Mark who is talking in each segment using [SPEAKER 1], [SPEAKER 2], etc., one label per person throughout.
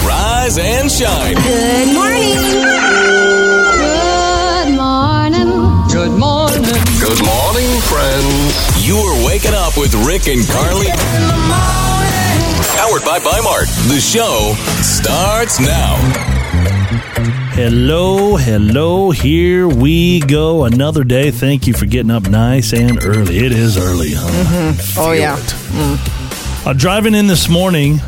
[SPEAKER 1] rise and shine.
[SPEAKER 2] Good morning. Good morning. Good morning.
[SPEAKER 1] Good morning, friends. You are waking up with Rick and Carly. Powered by Bimart. The show starts now.
[SPEAKER 3] Hello, hello, here we go. Another day. Thank you for getting up nice and early. It is early, huh?
[SPEAKER 4] Oh yeah. Mm.
[SPEAKER 3] Uh, driving in this morning,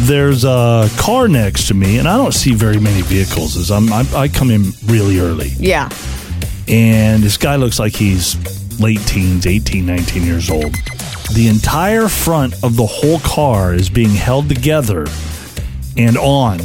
[SPEAKER 3] there's a car next to me, and I don't see very many vehicles as I'm, I, I come in really early.
[SPEAKER 4] Yeah.
[SPEAKER 3] And this guy looks like he's late teens, 18, 19 years old. The entire front of the whole car is being held together and on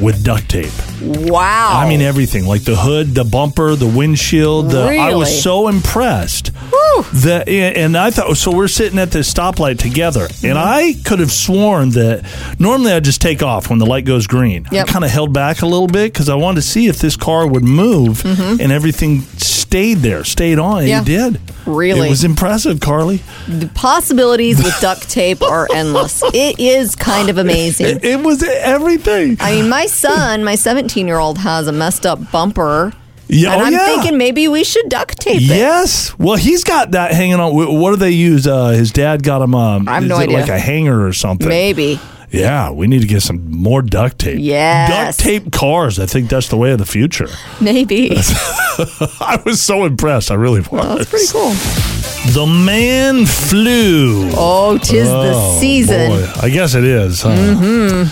[SPEAKER 3] with duct tape.
[SPEAKER 4] Wow.
[SPEAKER 3] I mean everything, like the hood, the bumper, the windshield. The, I
[SPEAKER 4] Really?
[SPEAKER 3] was so impressed.
[SPEAKER 4] Whew.
[SPEAKER 3] That and I thought so. We're sitting at this stoplight together,
[SPEAKER 4] Mm-hmm.
[SPEAKER 3] and I could have sworn that normally I just take off when the light goes green.
[SPEAKER 4] Yep.
[SPEAKER 3] I kind of held back a little bit because I wanted to see if this car would move, and everything stayed there, stayed on. and
[SPEAKER 4] Mm-hmm. Yeah.
[SPEAKER 3] It did.
[SPEAKER 4] Really?
[SPEAKER 3] it was impressive, Carly.
[SPEAKER 4] the possibilities with duct tape are endless. It is kind of amazing.
[SPEAKER 3] It, it was everything.
[SPEAKER 4] I mean, my son, my 17 year old, has a messed up bumper.
[SPEAKER 3] Yeah,
[SPEAKER 4] and
[SPEAKER 3] oh,
[SPEAKER 4] I'm
[SPEAKER 3] yeah.
[SPEAKER 4] thinking maybe we should duct tape it.
[SPEAKER 3] Yes. Well, he's got that hanging on. wh- What do they use? Uh, his dad got him. Um,
[SPEAKER 4] I have
[SPEAKER 3] is
[SPEAKER 4] no
[SPEAKER 3] it
[SPEAKER 4] idea.
[SPEAKER 3] Like a hanger or something.
[SPEAKER 4] Maybe.
[SPEAKER 3] Yeah, we need to get some more duct tape.
[SPEAKER 4] Yes.
[SPEAKER 3] Duct tape cars. I think that's the way of the future.
[SPEAKER 4] Maybe.
[SPEAKER 3] I was so impressed. I really was.
[SPEAKER 4] Oh, That's pretty cool.
[SPEAKER 3] The man flew.
[SPEAKER 4] Oh, tis the season. Mm-hmm.
[SPEAKER 3] Boy, I guess it is. Huh?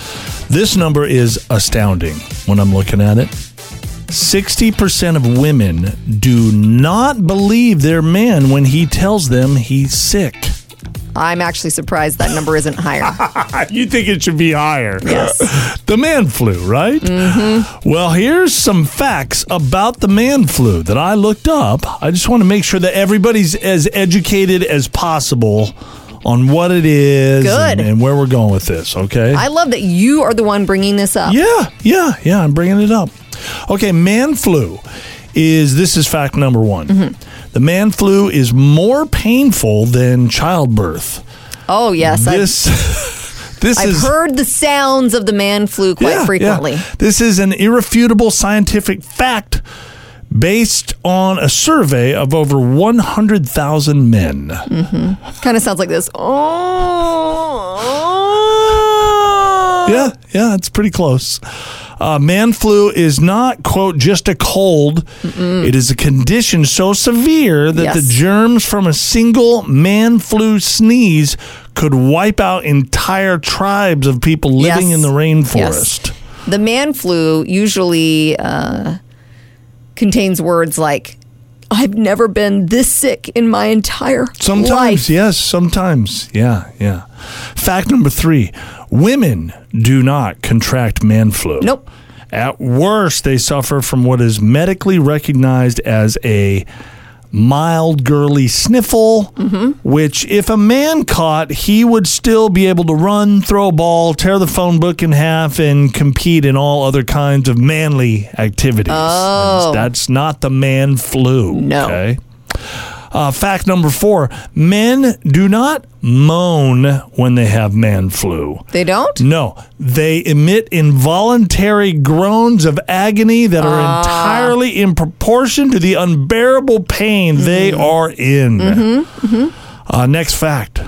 [SPEAKER 3] This number is astounding when I'm looking at it. 60% of women do not believe their man when he tells them he's sick.
[SPEAKER 4] I'm actually surprised that number isn't higher.
[SPEAKER 3] You think it should be higher.
[SPEAKER 4] Yes.
[SPEAKER 3] the man flu, right? Mm-hmm. Well, here's some facts about the man flu that I looked up. I just want to make sure that everybody's as educated as possible on what it is
[SPEAKER 4] Good.
[SPEAKER 3] And, and where we're going with this, okay?
[SPEAKER 4] I love that you are the one bringing this up.
[SPEAKER 3] yeah, yeah, yeah, I'm bringing it up. Okay, man flu is this is fact number 1.
[SPEAKER 4] Mm-hmm.
[SPEAKER 3] The man flu is more painful than childbirth.
[SPEAKER 4] Oh, yes.
[SPEAKER 3] This this
[SPEAKER 4] I've, I've
[SPEAKER 3] is
[SPEAKER 4] heard the sounds of the man flu quite
[SPEAKER 3] Yeah, yeah.
[SPEAKER 4] frequently.
[SPEAKER 3] This is an irrefutable scientific fact based on a survey of over 100,000 men.
[SPEAKER 4] Mm-hmm. Kind of sounds like this. Oh.
[SPEAKER 3] Yeah, yeah, it's pretty close. Uh, man flu is not, quote, just a cold. It is a condition so severe that the
[SPEAKER 4] Yes.
[SPEAKER 3] germs from a single man flu sneeze could wipe out entire tribes of people living
[SPEAKER 4] Yes.
[SPEAKER 3] in the
[SPEAKER 4] Yes.
[SPEAKER 3] rainforest.
[SPEAKER 4] The man flu usually uh, contains words like, I've never been this sick in my entire
[SPEAKER 3] Sometimes,
[SPEAKER 4] life.
[SPEAKER 3] yes, sometimes. Yeah, yeah. Fact number three women do not contract man flu.
[SPEAKER 4] Nope.
[SPEAKER 3] At worst, they suffer from what is medically recognized as a mild girly sniffle, which, if a man caught, he would still be able to run, throw a ball, tear the phone book in half, and compete in all other kinds of manly activities. Oh. That's not the man flu.
[SPEAKER 4] No.
[SPEAKER 3] Okay. Uh, fact number four men do not moan when they have man flu.
[SPEAKER 4] They don't?
[SPEAKER 3] No, they emit involuntary groans of agony that are entirely in proportion to the unbearable pain they are in. Uh, next fact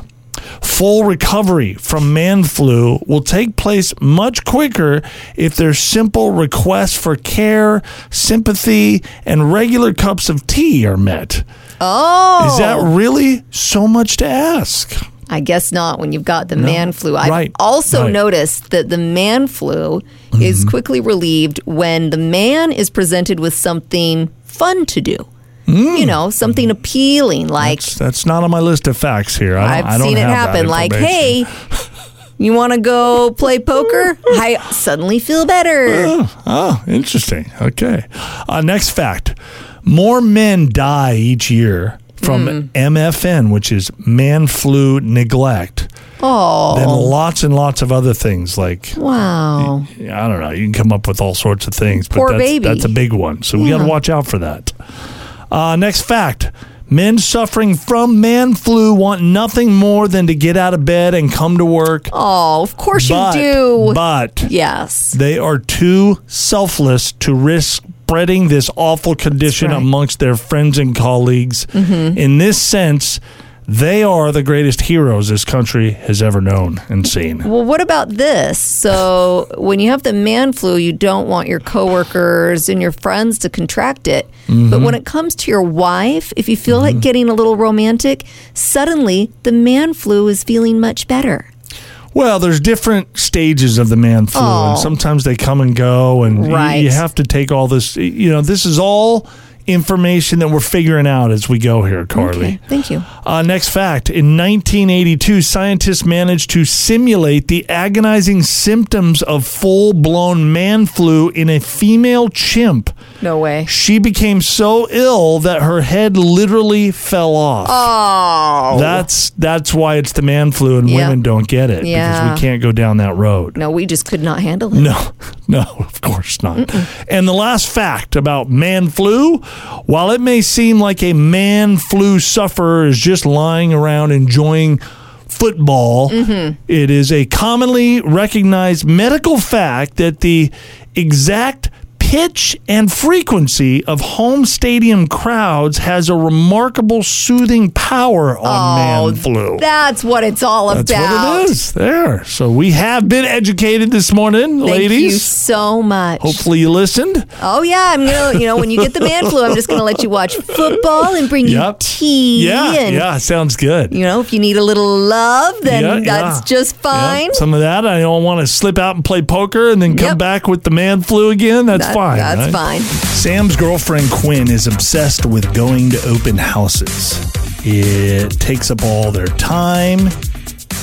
[SPEAKER 3] full recovery from man flu will take place much quicker if their simple requests for care, sympathy, and regular cups of tea are met.
[SPEAKER 4] Oh.
[SPEAKER 3] Is that really so much to ask?
[SPEAKER 4] I guess not when you've got the man flu. I've
[SPEAKER 3] Right,
[SPEAKER 4] also
[SPEAKER 3] right. Mm-hmm.
[SPEAKER 4] noticed that the man flu is quickly relieved when the man is presented with something fun to do. You know, something appealing like
[SPEAKER 3] Mm. That's not on my list of facts here. I don't,
[SPEAKER 4] I've
[SPEAKER 3] I don't
[SPEAKER 4] seen it
[SPEAKER 3] have that
[SPEAKER 4] happen. Like,
[SPEAKER 3] information.
[SPEAKER 4] hey, you want to go play poker? I suddenly feel better.
[SPEAKER 3] Oh, interesting. Okay. Uh, next fact more men die each year from
[SPEAKER 4] Hmm.
[SPEAKER 3] MFN, which is man flu neglect, than
[SPEAKER 4] Oh,
[SPEAKER 3] lots and lots of other things. Like,
[SPEAKER 4] wow.
[SPEAKER 3] I don't know, you can come up with all sorts of things, but
[SPEAKER 4] Poor
[SPEAKER 3] that's,
[SPEAKER 4] baby.
[SPEAKER 3] that's a big one. So we got to
[SPEAKER 4] Yeah.
[SPEAKER 3] watch out for that. Uh, next fact Men suffering from man flu want nothing more than to get out of bed and come to work.
[SPEAKER 4] Oh, of course
[SPEAKER 3] but,
[SPEAKER 4] you do.
[SPEAKER 3] But
[SPEAKER 4] yes.
[SPEAKER 3] they are too selfless to risk spreading this awful condition
[SPEAKER 4] right. Mm-hmm.
[SPEAKER 3] amongst their friends and colleagues. In this sense, they are the greatest heroes this country has ever known and seen.
[SPEAKER 4] Well, what about this? So, when you have the man flu, you don't want your coworkers and your friends to contract it.
[SPEAKER 3] Mm-hmm.
[SPEAKER 4] But when it comes to your wife, if you feel like getting a little romantic, suddenly the man flu is feeling much better.
[SPEAKER 3] Well, there's different stages of the man flu, and
[SPEAKER 4] Oh.
[SPEAKER 3] sometimes they come and go, and y-
[SPEAKER 4] Right.
[SPEAKER 3] you have to take all this. You know, this is all information that we're figuring out as we go here, Carly.
[SPEAKER 4] Okay, thank you.
[SPEAKER 3] Uh, next fact In 1982, scientists managed to simulate the agonizing symptoms of full blown man flu in a female chimp.
[SPEAKER 4] No way.
[SPEAKER 3] She became so ill that her head literally fell off.
[SPEAKER 4] Oh.
[SPEAKER 3] That's that's why it's the man flu and
[SPEAKER 4] Yeah.
[SPEAKER 3] women don't get it
[SPEAKER 4] Yeah.
[SPEAKER 3] because we can't go down that road.
[SPEAKER 4] No, we just could not handle it.
[SPEAKER 3] No, no, of course not. And the last fact about man flu while it may seem like a man flu sufferer is just lying around enjoying football,
[SPEAKER 4] Mm-hmm.
[SPEAKER 3] it is a commonly recognized medical fact that the exact pitch and frequency of home stadium crowds has a remarkable soothing power on man flu.
[SPEAKER 4] Oh, That's what it's all
[SPEAKER 3] That's
[SPEAKER 4] about.
[SPEAKER 3] what it is. There. So we have been educated this morning,
[SPEAKER 4] Thank you
[SPEAKER 3] ladies.
[SPEAKER 4] so much.
[SPEAKER 3] Hopefully you listened.
[SPEAKER 4] Oh yeah, I'm gonna. You know, when you get the man flu, I'm just gonna let you watch football and bring
[SPEAKER 3] Yep.
[SPEAKER 4] you tea.
[SPEAKER 3] Yeah,
[SPEAKER 4] and,
[SPEAKER 3] yeah, sounds good.
[SPEAKER 4] E You know, if you need a little love, then
[SPEAKER 3] Yeah,
[SPEAKER 4] that's
[SPEAKER 3] yeah.
[SPEAKER 4] just
[SPEAKER 3] Yeah,
[SPEAKER 4] fine.
[SPEAKER 3] some of that. I don't want to slip out and play poker and then come
[SPEAKER 4] Yep.
[SPEAKER 3] back with the man flu again. That's
[SPEAKER 4] That-
[SPEAKER 3] fine.
[SPEAKER 4] That's fine.
[SPEAKER 3] right? Sam's girlfriend Quinn is obsessed with going to open houses. It takes up all their time.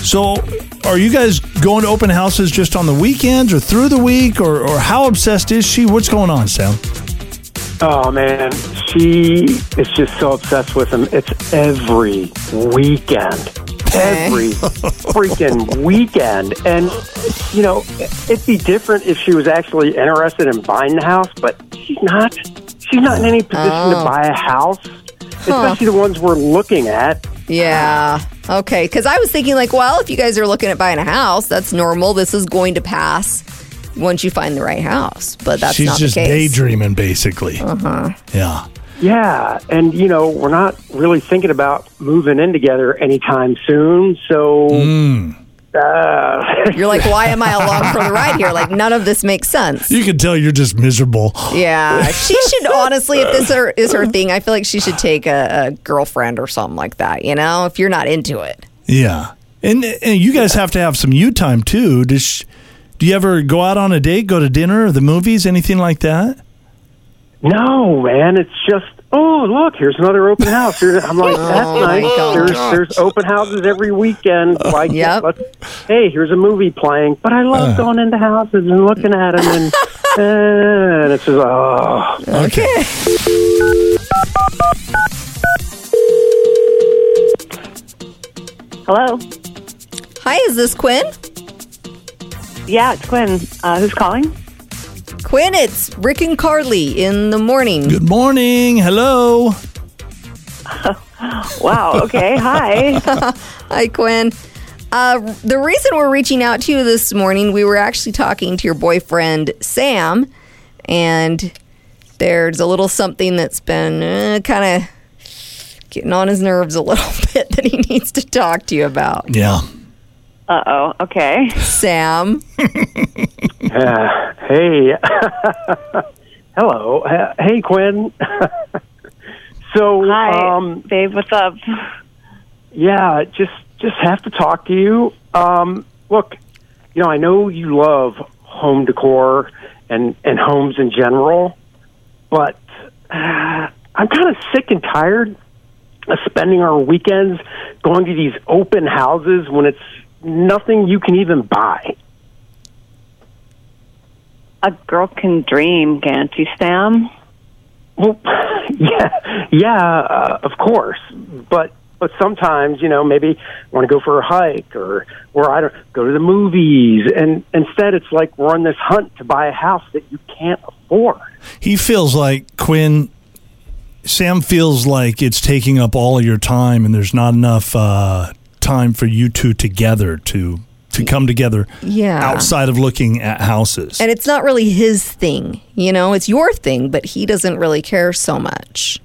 [SPEAKER 3] So, are you guys going to open houses just on the weekends or through the week, or, or how obsessed is she? What's going on, Sam?
[SPEAKER 5] Oh man, she is just so obsessed with him. It's every weekend, every freaking weekend, and you know it'd be different if she was actually interested in buying the house, but she's not. She's not in any position to buy a house, especially the ones we're looking at.
[SPEAKER 4] Yeah. Okay. Because I was thinking, like, well, if you guys are looking at buying a house, that's normal. This is going to pass once you find the right house. But that's
[SPEAKER 3] She's
[SPEAKER 4] not
[SPEAKER 3] just
[SPEAKER 4] the case. Uh-huh.
[SPEAKER 3] daydreaming, basically. Yeah.
[SPEAKER 5] Yeah, and you know we're not really thinking about moving in together anytime soon, so. Uh,
[SPEAKER 4] You're like, why am I along for the ride here? Like, none of this makes sense.
[SPEAKER 3] You can tell you're just miserable.
[SPEAKER 4] Yeah, she should honestly, if this her, is her thing, I feel like she should take a, a girlfriend or something like that. You know, if you're not into it.
[SPEAKER 3] Yeah. And, and you guys have to have some you time too. Does sh- do you ever go out on a date, go to dinner or the movies, anything like that?
[SPEAKER 5] No, man, it's just oh look, here's another open house. Here's, I'm like, that's
[SPEAKER 4] Oh my
[SPEAKER 5] nice.
[SPEAKER 4] God.
[SPEAKER 5] There's there's open houses every weekend. Like,
[SPEAKER 4] Yep.
[SPEAKER 5] let's, hey, here's a movie playing. But I love going into houses and looking at them, and, and it's just oh.
[SPEAKER 4] Okay.
[SPEAKER 6] Hello.
[SPEAKER 4] Hi, is this Quinn?
[SPEAKER 6] Yeah, it's Quinn. Uh, who's calling?
[SPEAKER 4] Quinn, it's Rick and Carly in the morning.
[SPEAKER 3] Good morning. Hello.
[SPEAKER 6] Wow. Okay. Hi.
[SPEAKER 4] Hi, Quinn. Uh, the reason we're reaching out to you this morning, we were actually talking to your boyfriend, Sam, and there's a little something that's been uh, kind of getting on his nerves a little bit that he needs to talk to you about.
[SPEAKER 3] Yeah.
[SPEAKER 6] Uh oh. Okay.
[SPEAKER 4] Sam,
[SPEAKER 5] Uh, hey, hello, Uh, hey Quinn. so
[SPEAKER 6] Hi,
[SPEAKER 5] um,
[SPEAKER 6] babe. What's up?
[SPEAKER 5] yeah, just just have to talk to you. Um, look, you know, I know you love home decor and and homes in general, but uh, I'm kind of sick and tired of spending our weekends going to these open houses when it's nothing you can even buy.
[SPEAKER 6] A girl can dream, can't you, Sam?
[SPEAKER 5] Well, yeah, yeah, uh, of course, but but sometimes you know maybe want to go for a hike or or I don't go to the movies, and instead it's like we're on this hunt to buy a house that you can't afford.
[SPEAKER 3] He feels like Quinn Sam feels like it's taking up all of your time, and there's not enough uh, time for you two together to to come together.
[SPEAKER 4] Yeah.
[SPEAKER 3] Outside of looking at houses,
[SPEAKER 4] And it's not really his thing, you know, it's your thing, but he doesn't really care so much.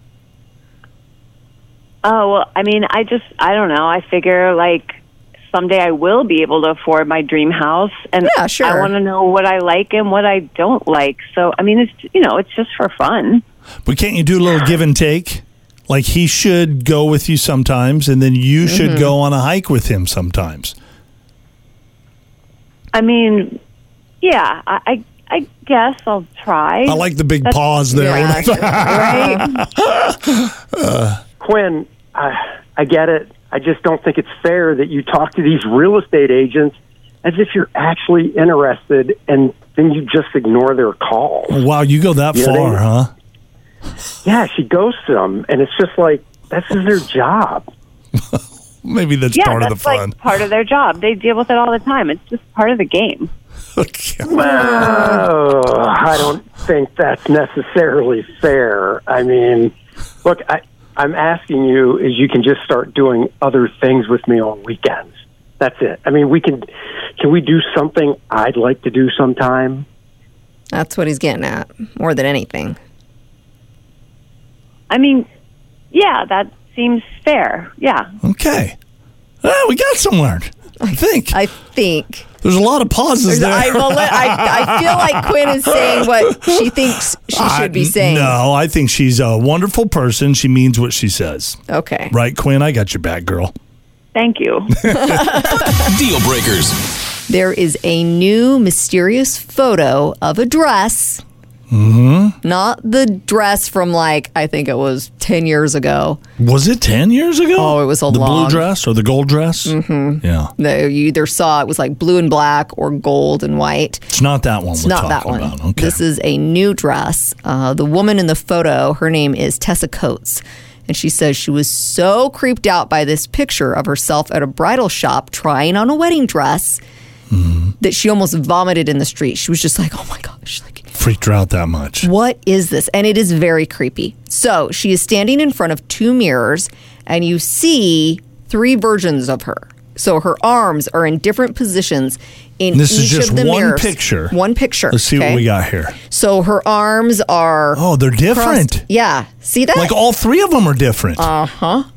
[SPEAKER 6] Oh, well, I mean, I just, I don't know. I figure like someday I will be able to afford my dream house. And
[SPEAKER 4] Yeah, sure.
[SPEAKER 6] I want to know what I like and what I don't like. So, I mean, it's, you know, it's just for fun.
[SPEAKER 3] but can't you do a little give and take? Like he should go with you sometimes, and then you
[SPEAKER 4] Mm-hmm.
[SPEAKER 3] should go on a hike with him sometimes.
[SPEAKER 6] I mean, yeah, I, I, I guess I'll try.
[SPEAKER 3] I like the big pause there.
[SPEAKER 4] right?
[SPEAKER 5] Quinn, I, I get it. I just don't think it's fair that you talk to these real estate agents as if you're actually interested and then you just ignore their calls.
[SPEAKER 3] Wow, you go that
[SPEAKER 5] Yeah, they-
[SPEAKER 3] far, huh?
[SPEAKER 5] Yeah, she ghosts them, and it's just like, this is their job.
[SPEAKER 3] Maybe that's
[SPEAKER 6] yeah,
[SPEAKER 3] part
[SPEAKER 6] that's
[SPEAKER 3] of the fun.
[SPEAKER 6] like part of their job. They deal with it all the time. It's just part of the game.
[SPEAKER 5] Oh, I don't think that's necessarily fair. I mean, look, I, I'm asking you is you can just start doing other things with me on weekends. That's it. I mean, we can can we do something I'd like to do sometime?
[SPEAKER 4] That's what he's getting at more than anything.
[SPEAKER 6] I mean, yeah, that seems fair. Yeah.
[SPEAKER 3] Okay. Ah, we got somewhere. I think
[SPEAKER 4] I think.
[SPEAKER 3] there's a lot of pauses there.
[SPEAKER 4] I, will let- I, I feel like Quinn is saying what she thinks she
[SPEAKER 3] I-
[SPEAKER 4] should be saying.
[SPEAKER 3] No, I think she's a wonderful person. She means what she says.
[SPEAKER 4] Okay.
[SPEAKER 3] Right, Quinn? I got your back, girl.
[SPEAKER 6] Thank you.
[SPEAKER 1] Deal breakers.
[SPEAKER 4] There is a new mysterious photo of a dress. Mm-hmm. Not the dress from like, I think it was 10 years ago.
[SPEAKER 3] Was it 10 years ago?
[SPEAKER 4] Oh, it was a
[SPEAKER 3] The
[SPEAKER 4] long-
[SPEAKER 3] blue dress or the gold dress? Mm-hmm. Yeah.
[SPEAKER 4] that you either saw it was like blue and black or gold and white.
[SPEAKER 3] It's not that one
[SPEAKER 4] It's
[SPEAKER 3] we're
[SPEAKER 4] not that
[SPEAKER 3] talking
[SPEAKER 4] one.
[SPEAKER 3] about. Okay.
[SPEAKER 4] This is a new dress. Uh, the woman in the photo, her name is Tessa Coates. And she says she was so creeped out by this picture of herself at a bridal shop trying on a wedding dress
[SPEAKER 3] Mm-hmm.
[SPEAKER 4] that she almost vomited in the street. She was just like, oh my gosh, like,
[SPEAKER 3] Freaked her out that much.
[SPEAKER 4] what is this? And it is very creepy. So she is standing in front of two mirrors, and you see three versions of her. So her arms are in different positions in
[SPEAKER 3] This
[SPEAKER 4] each
[SPEAKER 3] is just
[SPEAKER 4] of the
[SPEAKER 3] one
[SPEAKER 4] mirrors.
[SPEAKER 3] picture.
[SPEAKER 4] One picture.
[SPEAKER 3] Let's see
[SPEAKER 4] okay?
[SPEAKER 3] what we got here.
[SPEAKER 4] So her arms are.
[SPEAKER 3] Oh, they're
[SPEAKER 4] crossed-
[SPEAKER 3] different.
[SPEAKER 4] Yeah. See that?
[SPEAKER 3] Like all three of them are different. Uh huh.
[SPEAKER 4] Uh-huh.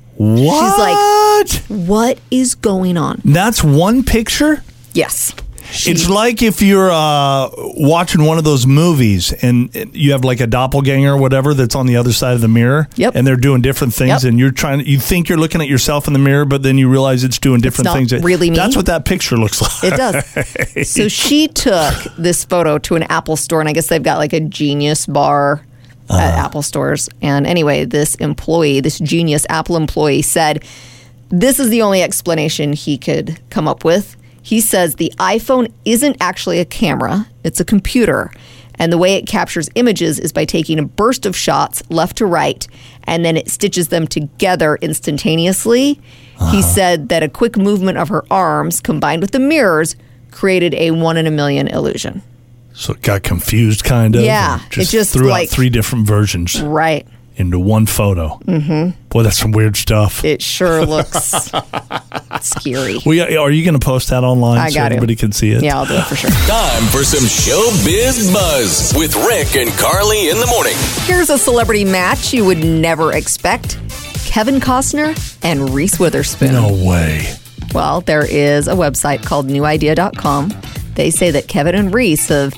[SPEAKER 3] What? She's like,
[SPEAKER 4] what is going on?
[SPEAKER 3] that's one picture.
[SPEAKER 4] Yes. She-
[SPEAKER 3] It's like if you're uh, watching one of those movies and you have like a doppelganger or whatever that's on the other side of the mirror.
[SPEAKER 4] Yep.
[SPEAKER 3] And they're doing different things,
[SPEAKER 4] Yep.
[SPEAKER 3] and you're trying. You think you're looking at yourself in the mirror, but then you realize it's doing different
[SPEAKER 4] not
[SPEAKER 3] things. It-
[SPEAKER 4] really me.
[SPEAKER 3] That's what that picture looks like.
[SPEAKER 4] It does. so she took this photo to an Apple store, and I guess they've got like a genius bar at
[SPEAKER 3] Uh-huh.
[SPEAKER 4] Apple stores. And anyway, this employee, this genius Apple employee, said this is the only explanation he could come up with. He says the iPhone isn't actually a camera, it's a computer. And the way it captures images is by taking a burst of shots left to right and then it stitches them together instantaneously.
[SPEAKER 3] Uh-huh.
[SPEAKER 4] He said that a quick movement of her arms combined with the mirrors created a one in a million illusion.
[SPEAKER 3] So it got confused, kind of.
[SPEAKER 4] Yeah,
[SPEAKER 3] and
[SPEAKER 4] it just,
[SPEAKER 3] threw
[SPEAKER 4] like-
[SPEAKER 3] out three different versions
[SPEAKER 4] Right.
[SPEAKER 3] into one photo. Mm-hmm. Boy, that's some weird stuff.
[SPEAKER 4] It sure looks scary.
[SPEAKER 3] we, are you going to post that online
[SPEAKER 4] I
[SPEAKER 3] so
[SPEAKER 4] got to.
[SPEAKER 3] everybody can see it?
[SPEAKER 4] Yeah, I'll do it for sure.
[SPEAKER 1] Time for some showbiz buzz with Rick and Carly in the morning.
[SPEAKER 4] Here's a celebrity match you would never expect Kevin Costner and Reese Witherspoon.
[SPEAKER 3] No way.
[SPEAKER 4] Well, there is a website called newidea.com. They say that Kevin and Reese have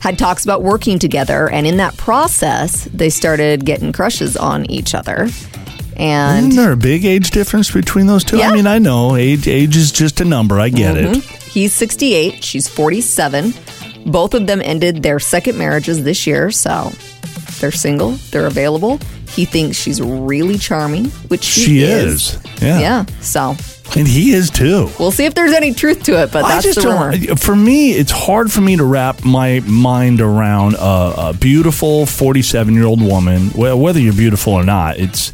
[SPEAKER 4] had talks about working together, and in that process, they started getting crushes on each other. And
[SPEAKER 3] Isn't there a big age difference between those two?
[SPEAKER 4] Yeah. Mm-hmm.
[SPEAKER 3] I mean, I know age age is just a number. I get it.
[SPEAKER 4] He's 68, she's 47. Both of them ended their second marriages this year, so they're single, they're available. He thinks she's really charming, which she,
[SPEAKER 3] She is. Yeah.
[SPEAKER 4] Yeah. so
[SPEAKER 3] and he is too.
[SPEAKER 4] we'll see if there's any truth to it, but
[SPEAKER 3] I
[SPEAKER 4] that's
[SPEAKER 3] just
[SPEAKER 4] the rumor.
[SPEAKER 3] don't. For me, it's hard for me to wrap my mind around a, a beautiful forty-seven-year-old woman. Well, whether you're beautiful or not, it's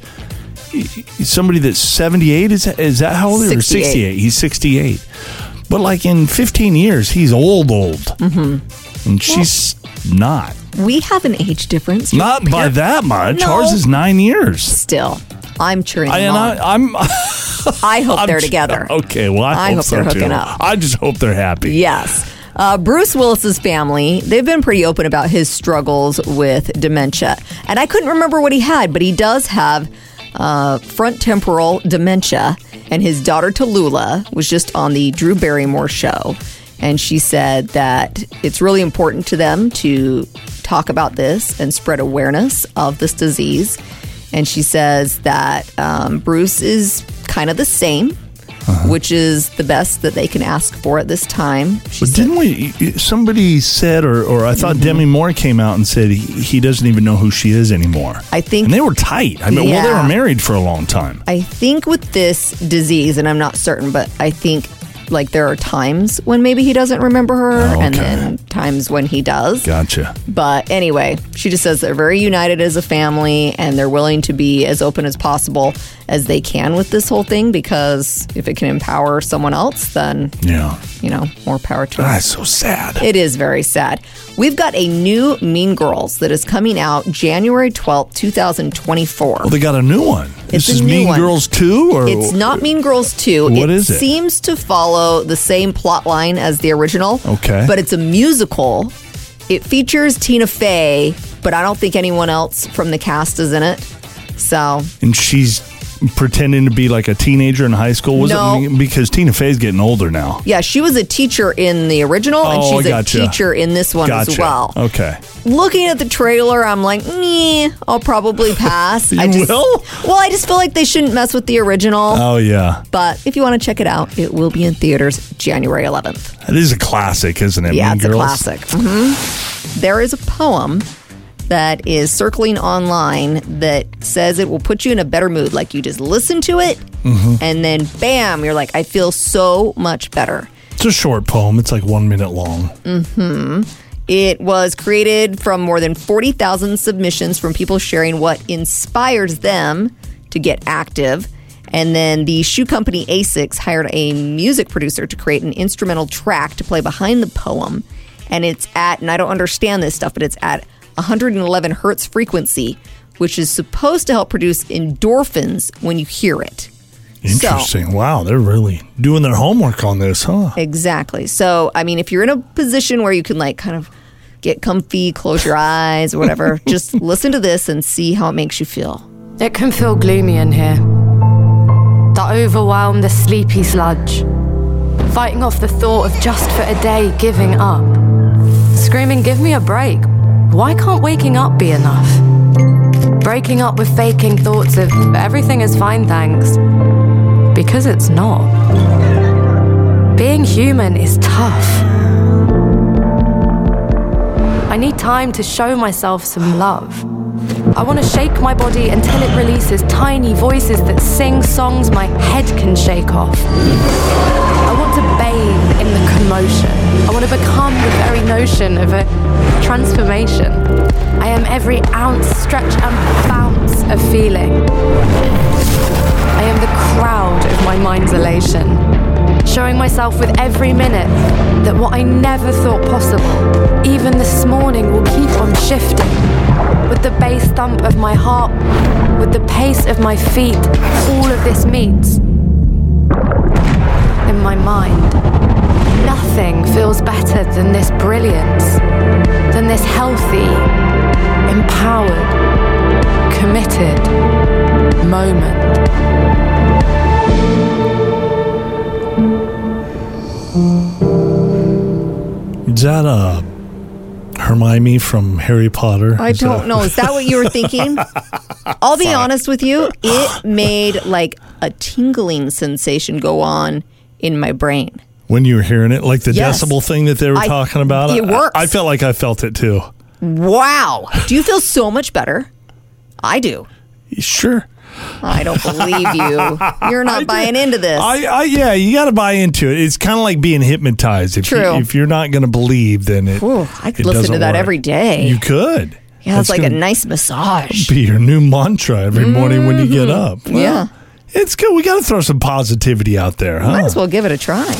[SPEAKER 3] somebody that's seventy-eight. Is that, is that how old? he is? Or
[SPEAKER 4] 68.
[SPEAKER 3] sixty-eight. He's sixty-eight. But like in fifteen years, he's old, old, mm-hmm. and she's not.
[SPEAKER 4] We have an age difference.
[SPEAKER 3] Not by that much.
[SPEAKER 4] No.
[SPEAKER 3] Ours is nine years.
[SPEAKER 4] Still, I'm cheering
[SPEAKER 3] I,
[SPEAKER 4] them on.
[SPEAKER 3] and
[SPEAKER 4] I,
[SPEAKER 3] I, I'm.
[SPEAKER 4] hope
[SPEAKER 3] I'm
[SPEAKER 4] they're
[SPEAKER 3] ch-
[SPEAKER 4] together.
[SPEAKER 3] Okay, well, I,
[SPEAKER 4] I
[SPEAKER 3] hope,
[SPEAKER 4] hope
[SPEAKER 3] so
[SPEAKER 4] they're hooking
[SPEAKER 3] too.
[SPEAKER 4] up.
[SPEAKER 3] I just hope they're happy.
[SPEAKER 4] Yes. Uh, Bruce Willis's family, they've been pretty open about his struggles with dementia. And I couldn't remember what he had, but he does have uh, front temporal dementia. And his daughter Tallulah was just on the Drew Barrymore show. And she said that it's really important to them to talk about this and spread awareness of this disease. And she says that um, Bruce is kind of the same
[SPEAKER 3] Uh-huh.
[SPEAKER 4] which is the best that they can ask for at this time. She
[SPEAKER 3] But
[SPEAKER 4] said,
[SPEAKER 3] didn't we? y- Somebody said, or, or I
[SPEAKER 4] Mm-hmm.
[SPEAKER 3] thought Demi Moore came out and said he, he doesn't even know who she is anymore.
[SPEAKER 4] I think-
[SPEAKER 3] and they were tight. I mean, well, they
[SPEAKER 4] Yeah.
[SPEAKER 3] were married for a long time.
[SPEAKER 4] I think with this disease, and I'm not certain, but I think like there are times when maybe he doesn't remember her, and
[SPEAKER 3] Oh, Okay.
[SPEAKER 4] then times when he does.
[SPEAKER 3] Gotcha.
[SPEAKER 4] But anyway, she just says they're very united as a family and they're willing to be as open as possible as they can with this whole thing because if it can empower someone else, then,
[SPEAKER 3] Yeah.
[SPEAKER 4] you know, more power to us.
[SPEAKER 3] That's so sad.
[SPEAKER 4] It is very sad. We've got a new Mean Girls that is coming out January 12th, 2024.
[SPEAKER 3] well, they got a new one.
[SPEAKER 4] It's
[SPEAKER 3] this is
[SPEAKER 4] a new
[SPEAKER 3] Mean
[SPEAKER 4] one.
[SPEAKER 3] Girls Two, or
[SPEAKER 4] it's not Mean Girls 2.
[SPEAKER 3] What is it?
[SPEAKER 4] seems to follow the same plot line as the original.
[SPEAKER 3] Okay.
[SPEAKER 4] But it's a musical. It features Tina Fey, but I don't think anyone else from the cast is in it. So,
[SPEAKER 3] and she's pretending to be like a teenager in high school. Was
[SPEAKER 4] No.
[SPEAKER 3] it me- because Tina Fey's getting older now?
[SPEAKER 4] yeah, she was a teacher in the original, and
[SPEAKER 3] Oh,
[SPEAKER 4] she's
[SPEAKER 3] gotcha.
[SPEAKER 4] a teacher in this one
[SPEAKER 3] Gotcha.
[SPEAKER 4] as well.
[SPEAKER 3] Okay.
[SPEAKER 4] looking at the trailer, I'm like, meh, I'll probably pass. I
[SPEAKER 3] You
[SPEAKER 4] just,
[SPEAKER 3] will?
[SPEAKER 4] Well, I just feel like they shouldn't mess with the original.
[SPEAKER 3] Oh yeah,
[SPEAKER 4] but if you want to check it out, it will be in theaters January 11th.
[SPEAKER 3] that is a classic, isn't it?
[SPEAKER 4] Yeah,
[SPEAKER 3] mean
[SPEAKER 4] it's
[SPEAKER 3] Girls?
[SPEAKER 4] a classic. hmm There is a poem that is circling online that says it will put you in a better mood. Like you just listen to it,
[SPEAKER 3] Mm-hmm.
[SPEAKER 4] and then bam, you're like, I feel so much better.
[SPEAKER 3] It's a short poem. It's like one minute long.
[SPEAKER 4] Mm. It was created from more than 40,000 submissions from people sharing what inspires them to get active. And then the shoe company ASICS hired a music producer to create an instrumental track to play behind the poem. And it's at, and I don't understand this stuff, but it's at 111 hertz frequency, which is supposed to help produce endorphins when you hear it.
[SPEAKER 3] Interesting. wow, they're really doing their homework on this, huh?
[SPEAKER 4] Exactly. So, I mean, if you're in a position where you can like kind of get comfy, close your eyes or whatever, just listen to this and see how it makes you feel.
[SPEAKER 7] It can feel gloomy in here. The overwhelm, the sleepy sludge. Fighting off the thought of just for a day giving up. Screaming, give me a break. Why can't waking up be enough? Breaking up with faking thoughts of everything is fine, thanks. Because it's not. Being human is tough. I need time to show myself some love. I want to shake my body until it releases tiny voices that sing songs my head can shake off. I want to bathe in the commotion. I want to become the very notion of a transformation. I am every ounce, stretch, and bounce of feeling. I am the crowd of my mind's elation, showing myself with every minute that what I never thought possible, even this morning, will keep on shifting with the bass thump of my heart, with the pace of my feet, all of this meets in my mind. Nothing feels better than this brilliance, than this healthy, empowered, committed moment.
[SPEAKER 3] Is that uh, Hermione from Harry Potter?
[SPEAKER 4] I
[SPEAKER 3] Is
[SPEAKER 4] don't
[SPEAKER 3] that-
[SPEAKER 4] know. Is that what you were thinking? I'll be honest with you. It made like a tingling sensation go on in my brain.
[SPEAKER 3] When you were hearing it, like the
[SPEAKER 4] Yes.
[SPEAKER 3] decibel thing that they were
[SPEAKER 4] I-
[SPEAKER 3] talking about,
[SPEAKER 4] it
[SPEAKER 3] I-
[SPEAKER 4] works.
[SPEAKER 3] I, felt like I felt it too.
[SPEAKER 4] Wow. Do you feel so much better? I do.
[SPEAKER 3] Sure.
[SPEAKER 4] I don't believe you. You're not buying into this.
[SPEAKER 3] I, I yeah, you got to buy into it. It's kind of like being hypnotized. If
[SPEAKER 4] True.
[SPEAKER 3] You, if you're not going to believe, then it.
[SPEAKER 4] Ooh, I could listen
[SPEAKER 3] it
[SPEAKER 4] to
[SPEAKER 3] doesn't
[SPEAKER 4] that
[SPEAKER 3] work.
[SPEAKER 4] every day.
[SPEAKER 3] You could.
[SPEAKER 4] yeah, it's
[SPEAKER 3] That's
[SPEAKER 4] like a
[SPEAKER 3] gonna
[SPEAKER 4] nice massage.
[SPEAKER 3] Be your new mantra every morning when you get up. Well,
[SPEAKER 4] Mm-hmm. Yeah.
[SPEAKER 3] It's good. We got to throw some positivity out there, huh?
[SPEAKER 4] Might as well give it a try.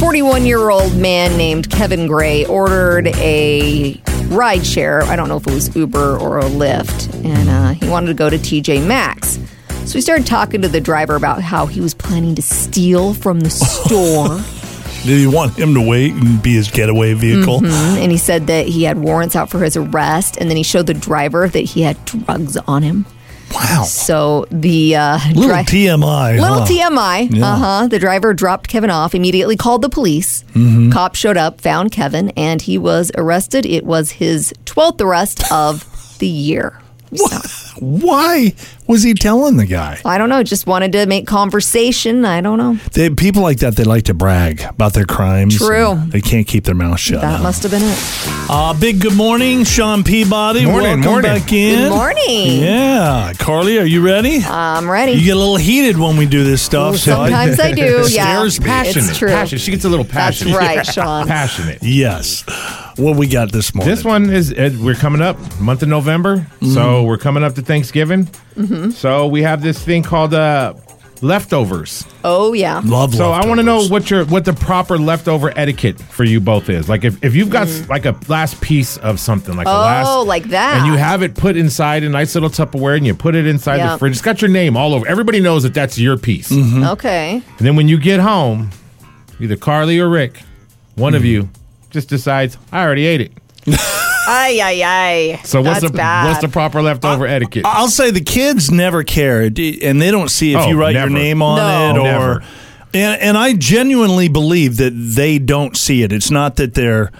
[SPEAKER 4] 41 year old man named Kevin Gray ordered a ride share. I don't know if it was Uber or a Lyft, and uh, he wanted to go to TJ Maxx. So we started talking to the driver about how he was planning to steal from the store.
[SPEAKER 3] Did you want him to wait and be his getaway vehicle?
[SPEAKER 4] and he said that he had warrants out for his arrest, and then he showed the driver that he had drugs on him.
[SPEAKER 3] Wow.
[SPEAKER 4] So the uh,
[SPEAKER 3] Little
[SPEAKER 4] dri-
[SPEAKER 3] TMI.
[SPEAKER 4] Little
[SPEAKER 3] huh?
[SPEAKER 4] TMI.
[SPEAKER 3] Yeah.
[SPEAKER 4] Uh huh. The driver dropped Kevin off, immediately called the police.
[SPEAKER 3] Mm-hmm.
[SPEAKER 4] Cop showed up, found Kevin, and he was arrested. It was his 12th arrest of the year.
[SPEAKER 3] Why was he telling the guy?
[SPEAKER 4] I don't know. Just wanted to make conversation. I don't know.
[SPEAKER 3] They, people like that, they like to brag about their crimes.
[SPEAKER 4] True.
[SPEAKER 3] They can't keep their mouth shut.
[SPEAKER 4] That must have been it.
[SPEAKER 3] Uh, big good morning, Sean Peabody.
[SPEAKER 8] Morning,
[SPEAKER 3] Welcome
[SPEAKER 8] morning.
[SPEAKER 3] back in.
[SPEAKER 4] Good morning.
[SPEAKER 3] Yeah. Carly, are you ready?
[SPEAKER 4] I'm
[SPEAKER 3] you
[SPEAKER 4] ready.
[SPEAKER 3] get a little heated when we do this stuff.
[SPEAKER 4] Ooh,
[SPEAKER 3] so I-
[SPEAKER 4] sometimes I do. Yeah,
[SPEAKER 8] Sarah's passionate.
[SPEAKER 4] It's true.
[SPEAKER 8] Passionate. She gets a little
[SPEAKER 4] That's
[SPEAKER 8] passionate.
[SPEAKER 4] right, Sean.
[SPEAKER 8] Passionate.
[SPEAKER 3] yes. What we got this morning?
[SPEAKER 8] This one is uh, we're coming up month of November,
[SPEAKER 4] Mm-hmm.
[SPEAKER 8] so we're coming up to Thanksgiving. So we have this thing called uh, leftovers.
[SPEAKER 4] Oh yeah.
[SPEAKER 3] Love
[SPEAKER 8] So I want to
[SPEAKER 3] leftovers.
[SPEAKER 8] know what your what the proper leftover etiquette for you both is. Like if, if you've got s like a last piece of something, like a last
[SPEAKER 4] Mm. Oh, like that.
[SPEAKER 8] and you have it put inside a nice little Tupperware, and you put it inside
[SPEAKER 4] Yeah.
[SPEAKER 8] the fridge. It's got your name all over. Everybody knows that that's your piece.
[SPEAKER 4] Mm-hmm. Okay.
[SPEAKER 8] And then when you get home, either Carly or Rick, one
[SPEAKER 3] Hmm.
[SPEAKER 8] of you just decides I already ate it.
[SPEAKER 4] Ay ay ay.
[SPEAKER 8] So what's
[SPEAKER 4] That's
[SPEAKER 8] the
[SPEAKER 4] bad. Uh,
[SPEAKER 8] what's the proper leftover etiquette?
[SPEAKER 3] I'll say the kids never care, d- and they don't see if
[SPEAKER 8] Oh,
[SPEAKER 3] you write
[SPEAKER 8] never.
[SPEAKER 3] your name on
[SPEAKER 4] No.
[SPEAKER 3] it or.
[SPEAKER 8] Never.
[SPEAKER 3] And and I genuinely believe that they don't see it. It's not that they're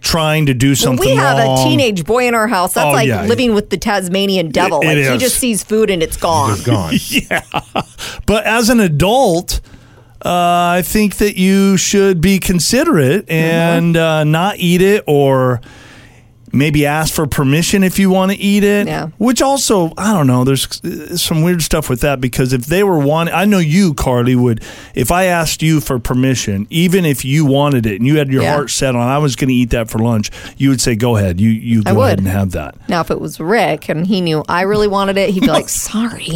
[SPEAKER 3] trying to do
[SPEAKER 4] Well,
[SPEAKER 3] something.
[SPEAKER 4] we have
[SPEAKER 3] wrong.
[SPEAKER 4] a teenage boy in our house. That's
[SPEAKER 3] Oh,
[SPEAKER 4] like
[SPEAKER 3] yeah.
[SPEAKER 4] living with the Tasmanian devil.
[SPEAKER 3] It-
[SPEAKER 4] like
[SPEAKER 3] it
[SPEAKER 4] he
[SPEAKER 3] is.
[SPEAKER 4] just sees food and it's gone.
[SPEAKER 8] It's gone.
[SPEAKER 3] But as an adult, uh, I think that you should be considerate and uh, not eat it or maybe ask for permission if you want to eat it.
[SPEAKER 4] Yeah.
[SPEAKER 3] Which also, I don't know, there's uh, some weird stuff with that because if they were wanting, I know you, Carly, would, if I asked you for permission, even if you wanted it and you had your
[SPEAKER 4] Yeah.
[SPEAKER 3] heart set on, I was going to eat that for lunch, you would say, go ahead, you, you go
[SPEAKER 4] I
[SPEAKER 3] ahead
[SPEAKER 4] would.
[SPEAKER 3] and have that.
[SPEAKER 4] Now, if it was Rick and he knew I really wanted it, he'd be like, "Sorry."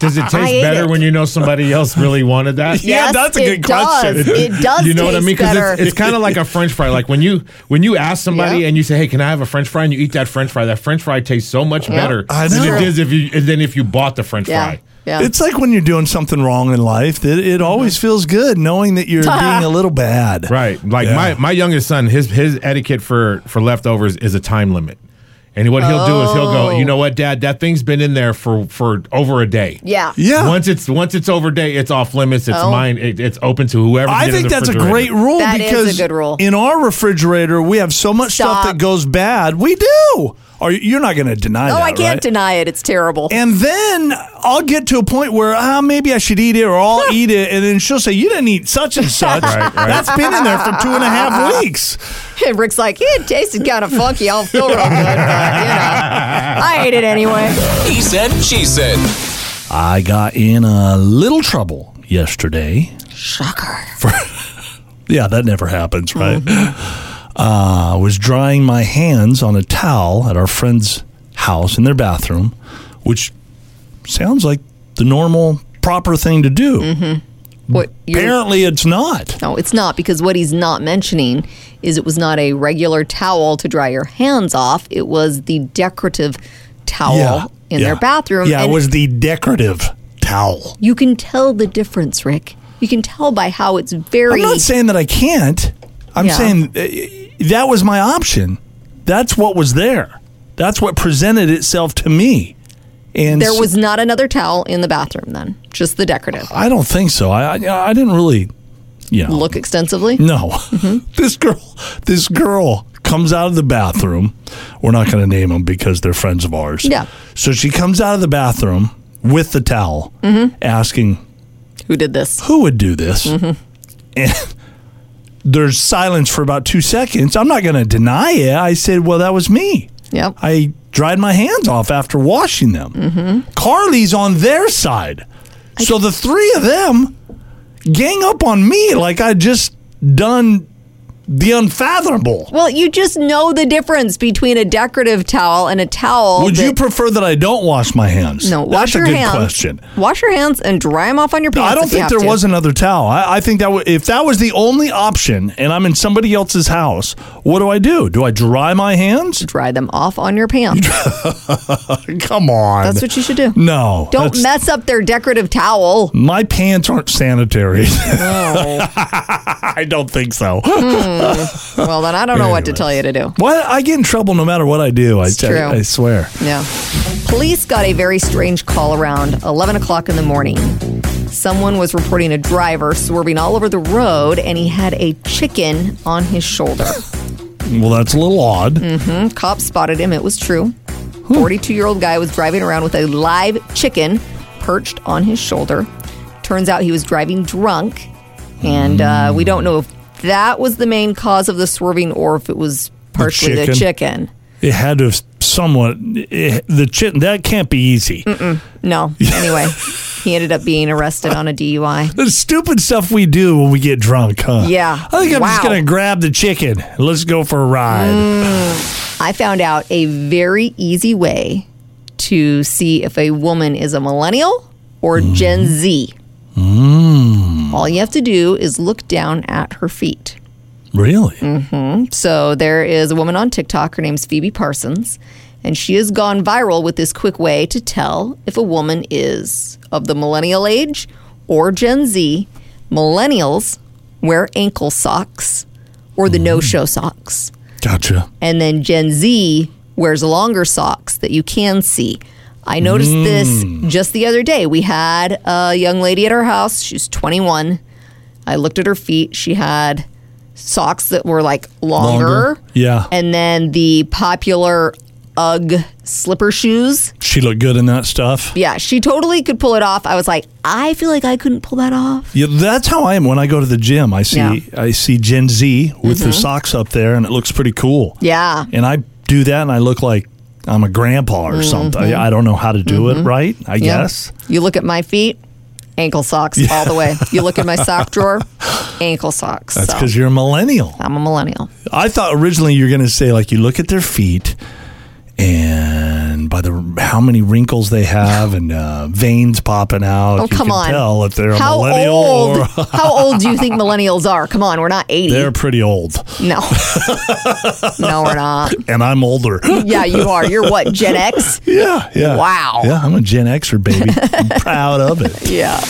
[SPEAKER 8] Does it
[SPEAKER 4] I ate
[SPEAKER 8] taste better
[SPEAKER 4] it.
[SPEAKER 8] when you know somebody else really wanted that?
[SPEAKER 3] Yeah,
[SPEAKER 4] Yes,
[SPEAKER 3] that's a
[SPEAKER 4] it
[SPEAKER 3] good question.
[SPEAKER 4] does. It does.
[SPEAKER 8] you know what I
[SPEAKER 4] taste
[SPEAKER 8] mean?
[SPEAKER 4] better.
[SPEAKER 8] it's, it's kind of like a French fry. Like when you when you ask somebody
[SPEAKER 4] Yeah.
[SPEAKER 8] and you say, "Hey, can I have a French fry?" and you eat that French fry, that French fry tastes so much
[SPEAKER 4] Yeah.
[SPEAKER 8] better
[SPEAKER 3] I
[SPEAKER 8] than
[SPEAKER 3] know.
[SPEAKER 8] it does if you than if you bought the French
[SPEAKER 4] yeah,
[SPEAKER 8] fry.
[SPEAKER 4] yeah. Mm-hmm.
[SPEAKER 3] It's like when you're doing something wrong in life that it always feels good knowing that you're being a little bad.
[SPEAKER 8] Right. Like
[SPEAKER 3] Yeah.
[SPEAKER 8] my my youngest son, his his etiquette for for leftovers is a time limit. And what he'll do is he'll go,
[SPEAKER 4] Oh.
[SPEAKER 8] you know what, Dad, that thing's been in there for for over a day.
[SPEAKER 4] yeah.
[SPEAKER 3] Yeah.
[SPEAKER 8] Once it's once it's over day, it's off limits. It's
[SPEAKER 4] Oh.
[SPEAKER 8] mine. It, it's open to whoever.
[SPEAKER 3] I think that's a great rule
[SPEAKER 4] That is a
[SPEAKER 3] because
[SPEAKER 4] good rule.
[SPEAKER 3] in our refrigerator we have so much stuff
[SPEAKER 4] Stop.
[SPEAKER 3] that goes bad. We do. Are you- you're not going to deny
[SPEAKER 4] Oh,
[SPEAKER 3] that?
[SPEAKER 4] I can't
[SPEAKER 3] right?
[SPEAKER 4] deny it. It's terrible.
[SPEAKER 3] And then I'll get to a point where ah, maybe I should eat it or I'll eat it, and then she'll say, "You didn't eat such and such.
[SPEAKER 8] Right, right.
[SPEAKER 3] That's been in there for two and a half weeks."
[SPEAKER 4] And Rick's like, "It tasted kind of funky. I don't feel real good, but you know, I ate it anyway."
[SPEAKER 1] He said, she said.
[SPEAKER 3] I got in a little trouble yesterday. Shocker. yeah, that never happens, right?
[SPEAKER 4] Mm-hmm.
[SPEAKER 3] Uh, was drying my hands on a towel at our friend's house in their bathroom, which sounds like the normal, proper thing to do.
[SPEAKER 4] Mm-hmm. What? You're,
[SPEAKER 3] Apparently, it's not.
[SPEAKER 4] no, it's not because what he's not mentioning is it was not a regular towel to dry your hands off. It was the decorative towel in
[SPEAKER 3] yeah.
[SPEAKER 4] their bathroom.
[SPEAKER 3] Yeah, it
[SPEAKER 4] and
[SPEAKER 3] was the decorative towel.
[SPEAKER 4] You can tell the difference, Rick. You can tell by how it's very.
[SPEAKER 3] I'm not saying that I can't. I'm
[SPEAKER 4] Yeah.
[SPEAKER 3] saying uh, that was my option. That's what was there. That's what presented itself to me. And
[SPEAKER 4] there
[SPEAKER 3] s-
[SPEAKER 4] was not another towel in the bathroom then, just the decorative.
[SPEAKER 3] I don't think so. I I, I didn't really. You know,
[SPEAKER 4] Look extensively.
[SPEAKER 3] No, this girl. This girl comes out of the bathroom. We're not going to name them because they're friends of ours.
[SPEAKER 4] Yeah.
[SPEAKER 3] So she comes out of the bathroom with the towel, asking
[SPEAKER 4] Who did this?
[SPEAKER 3] who would do this? And there's silence for about two seconds. I'm not going to deny it. I said, well, that was me.
[SPEAKER 4] Yep.
[SPEAKER 3] I dried my hands off after washing them. Carly's on their side. So the three of them gang up on me like I just done the unfathomable.
[SPEAKER 4] Well, you just know the difference between a decorative towel and a towel.
[SPEAKER 3] Would you
[SPEAKER 4] that-
[SPEAKER 3] prefer that I don't wash my hands?
[SPEAKER 4] no, wash
[SPEAKER 3] That's
[SPEAKER 4] your
[SPEAKER 3] a good
[SPEAKER 4] hands.
[SPEAKER 3] question.
[SPEAKER 4] Wash your hands and dry them off on your pants.
[SPEAKER 3] I don't
[SPEAKER 4] if you
[SPEAKER 3] think
[SPEAKER 4] have
[SPEAKER 3] there
[SPEAKER 4] to.
[SPEAKER 3] was another towel. I, I think that w- if that was the only option, and I'm in somebody else's house, what do I do? Do I dry my hands?
[SPEAKER 4] Dry them off on your pants.
[SPEAKER 3] Come on.
[SPEAKER 4] That's what you should do.
[SPEAKER 3] no.
[SPEAKER 4] Don't
[SPEAKER 3] that's-
[SPEAKER 4] mess up their decorative towel.
[SPEAKER 3] My pants aren't sanitary. I don't think so.
[SPEAKER 4] Well, then I don't know what to tell you to do.
[SPEAKER 3] What? I get in trouble no matter what I do. I,
[SPEAKER 4] true.
[SPEAKER 3] I, I swear.
[SPEAKER 4] Yeah. Police got a very strange call around 11 o'clock in the morning. Someone was reporting a driver swerving all over the road and he had a chicken on his shoulder.
[SPEAKER 3] Well, that's a little odd.
[SPEAKER 4] Mm. Cops spotted him. It was true. 42 year old guy was driving around with a live chicken perched on his shoulder. Turns out he was driving drunk. And uh, we don't know if that was the main cause of the swerving or if it was partially the
[SPEAKER 3] chicken.
[SPEAKER 4] chicken.
[SPEAKER 3] It had to have somewhat. It, the chit that can't be easy.
[SPEAKER 4] No. Anyway, he ended up being arrested on a DUI.
[SPEAKER 3] The stupid stuff we do when we get drunk, huh?
[SPEAKER 4] Yeah.
[SPEAKER 3] I think I'm just
[SPEAKER 4] Wow. Mm.
[SPEAKER 3] gonna grab the chicken. and Let's go for a ride.
[SPEAKER 4] I found out a very easy way to see if a woman is a millennial or Gen Z. All you have to do is look down at her feet.
[SPEAKER 3] Really?
[SPEAKER 4] Mm. So there is a woman on TikTok. Her name's Phoebe Parsons, and she has gone viral with this quick way to tell if a woman is of the millennial age or Gen Z. Millennials wear ankle socks or the no-show socks
[SPEAKER 3] Gotcha.
[SPEAKER 4] and then Gen Z wears longer socks that you can see. I noticed
[SPEAKER 3] Hmm.
[SPEAKER 4] this just the other day. We had a young lady at our house. She's 21. I looked at her feet. She had socks that were like longer.
[SPEAKER 3] Longer, yeah.
[SPEAKER 4] And then the popular Ugg slipper shoes.
[SPEAKER 3] She looked good in that stuff.
[SPEAKER 4] Yeah, she totally could pull it off. I was like, I feel like I couldn't pull that off.
[SPEAKER 3] Yeah, that's how I am when I go to the gym. I see
[SPEAKER 4] Yeah. Mm-hmm.
[SPEAKER 3] I see Gen Z with their socks up there, and it looks pretty cool.
[SPEAKER 4] Yeah.
[SPEAKER 3] and I do that, and I look like I'm a grandpa or something. I, I don't know how to do it right. I
[SPEAKER 4] Mm-hmm. Yeah.
[SPEAKER 3] guess.
[SPEAKER 4] You look at my feet, ankle socks all the way. You look at my sock drawer, ankle socks.
[SPEAKER 3] That's
[SPEAKER 4] So,
[SPEAKER 3] because you're a millennial.
[SPEAKER 4] I'm a millennial.
[SPEAKER 3] I thought originally you were going to say like you look at their feet and by the how many wrinkles they have and uh, veins popping out.
[SPEAKER 4] Oh,
[SPEAKER 3] you
[SPEAKER 4] come
[SPEAKER 3] can
[SPEAKER 4] on.
[SPEAKER 3] Tell if they're
[SPEAKER 4] how
[SPEAKER 3] a millennial.
[SPEAKER 4] old?
[SPEAKER 3] Or,
[SPEAKER 4] how old do you think millennials are? Come on, we're not 80.
[SPEAKER 3] they're pretty old,
[SPEAKER 4] no. no, we're not.
[SPEAKER 3] and I'm older.
[SPEAKER 4] Yeah, you are. You're what, Gen X?
[SPEAKER 3] yeah, yeah.
[SPEAKER 4] Wow.
[SPEAKER 3] Yeah, I'm a Gen Xer, baby. I'm proud of it.
[SPEAKER 4] Yeah.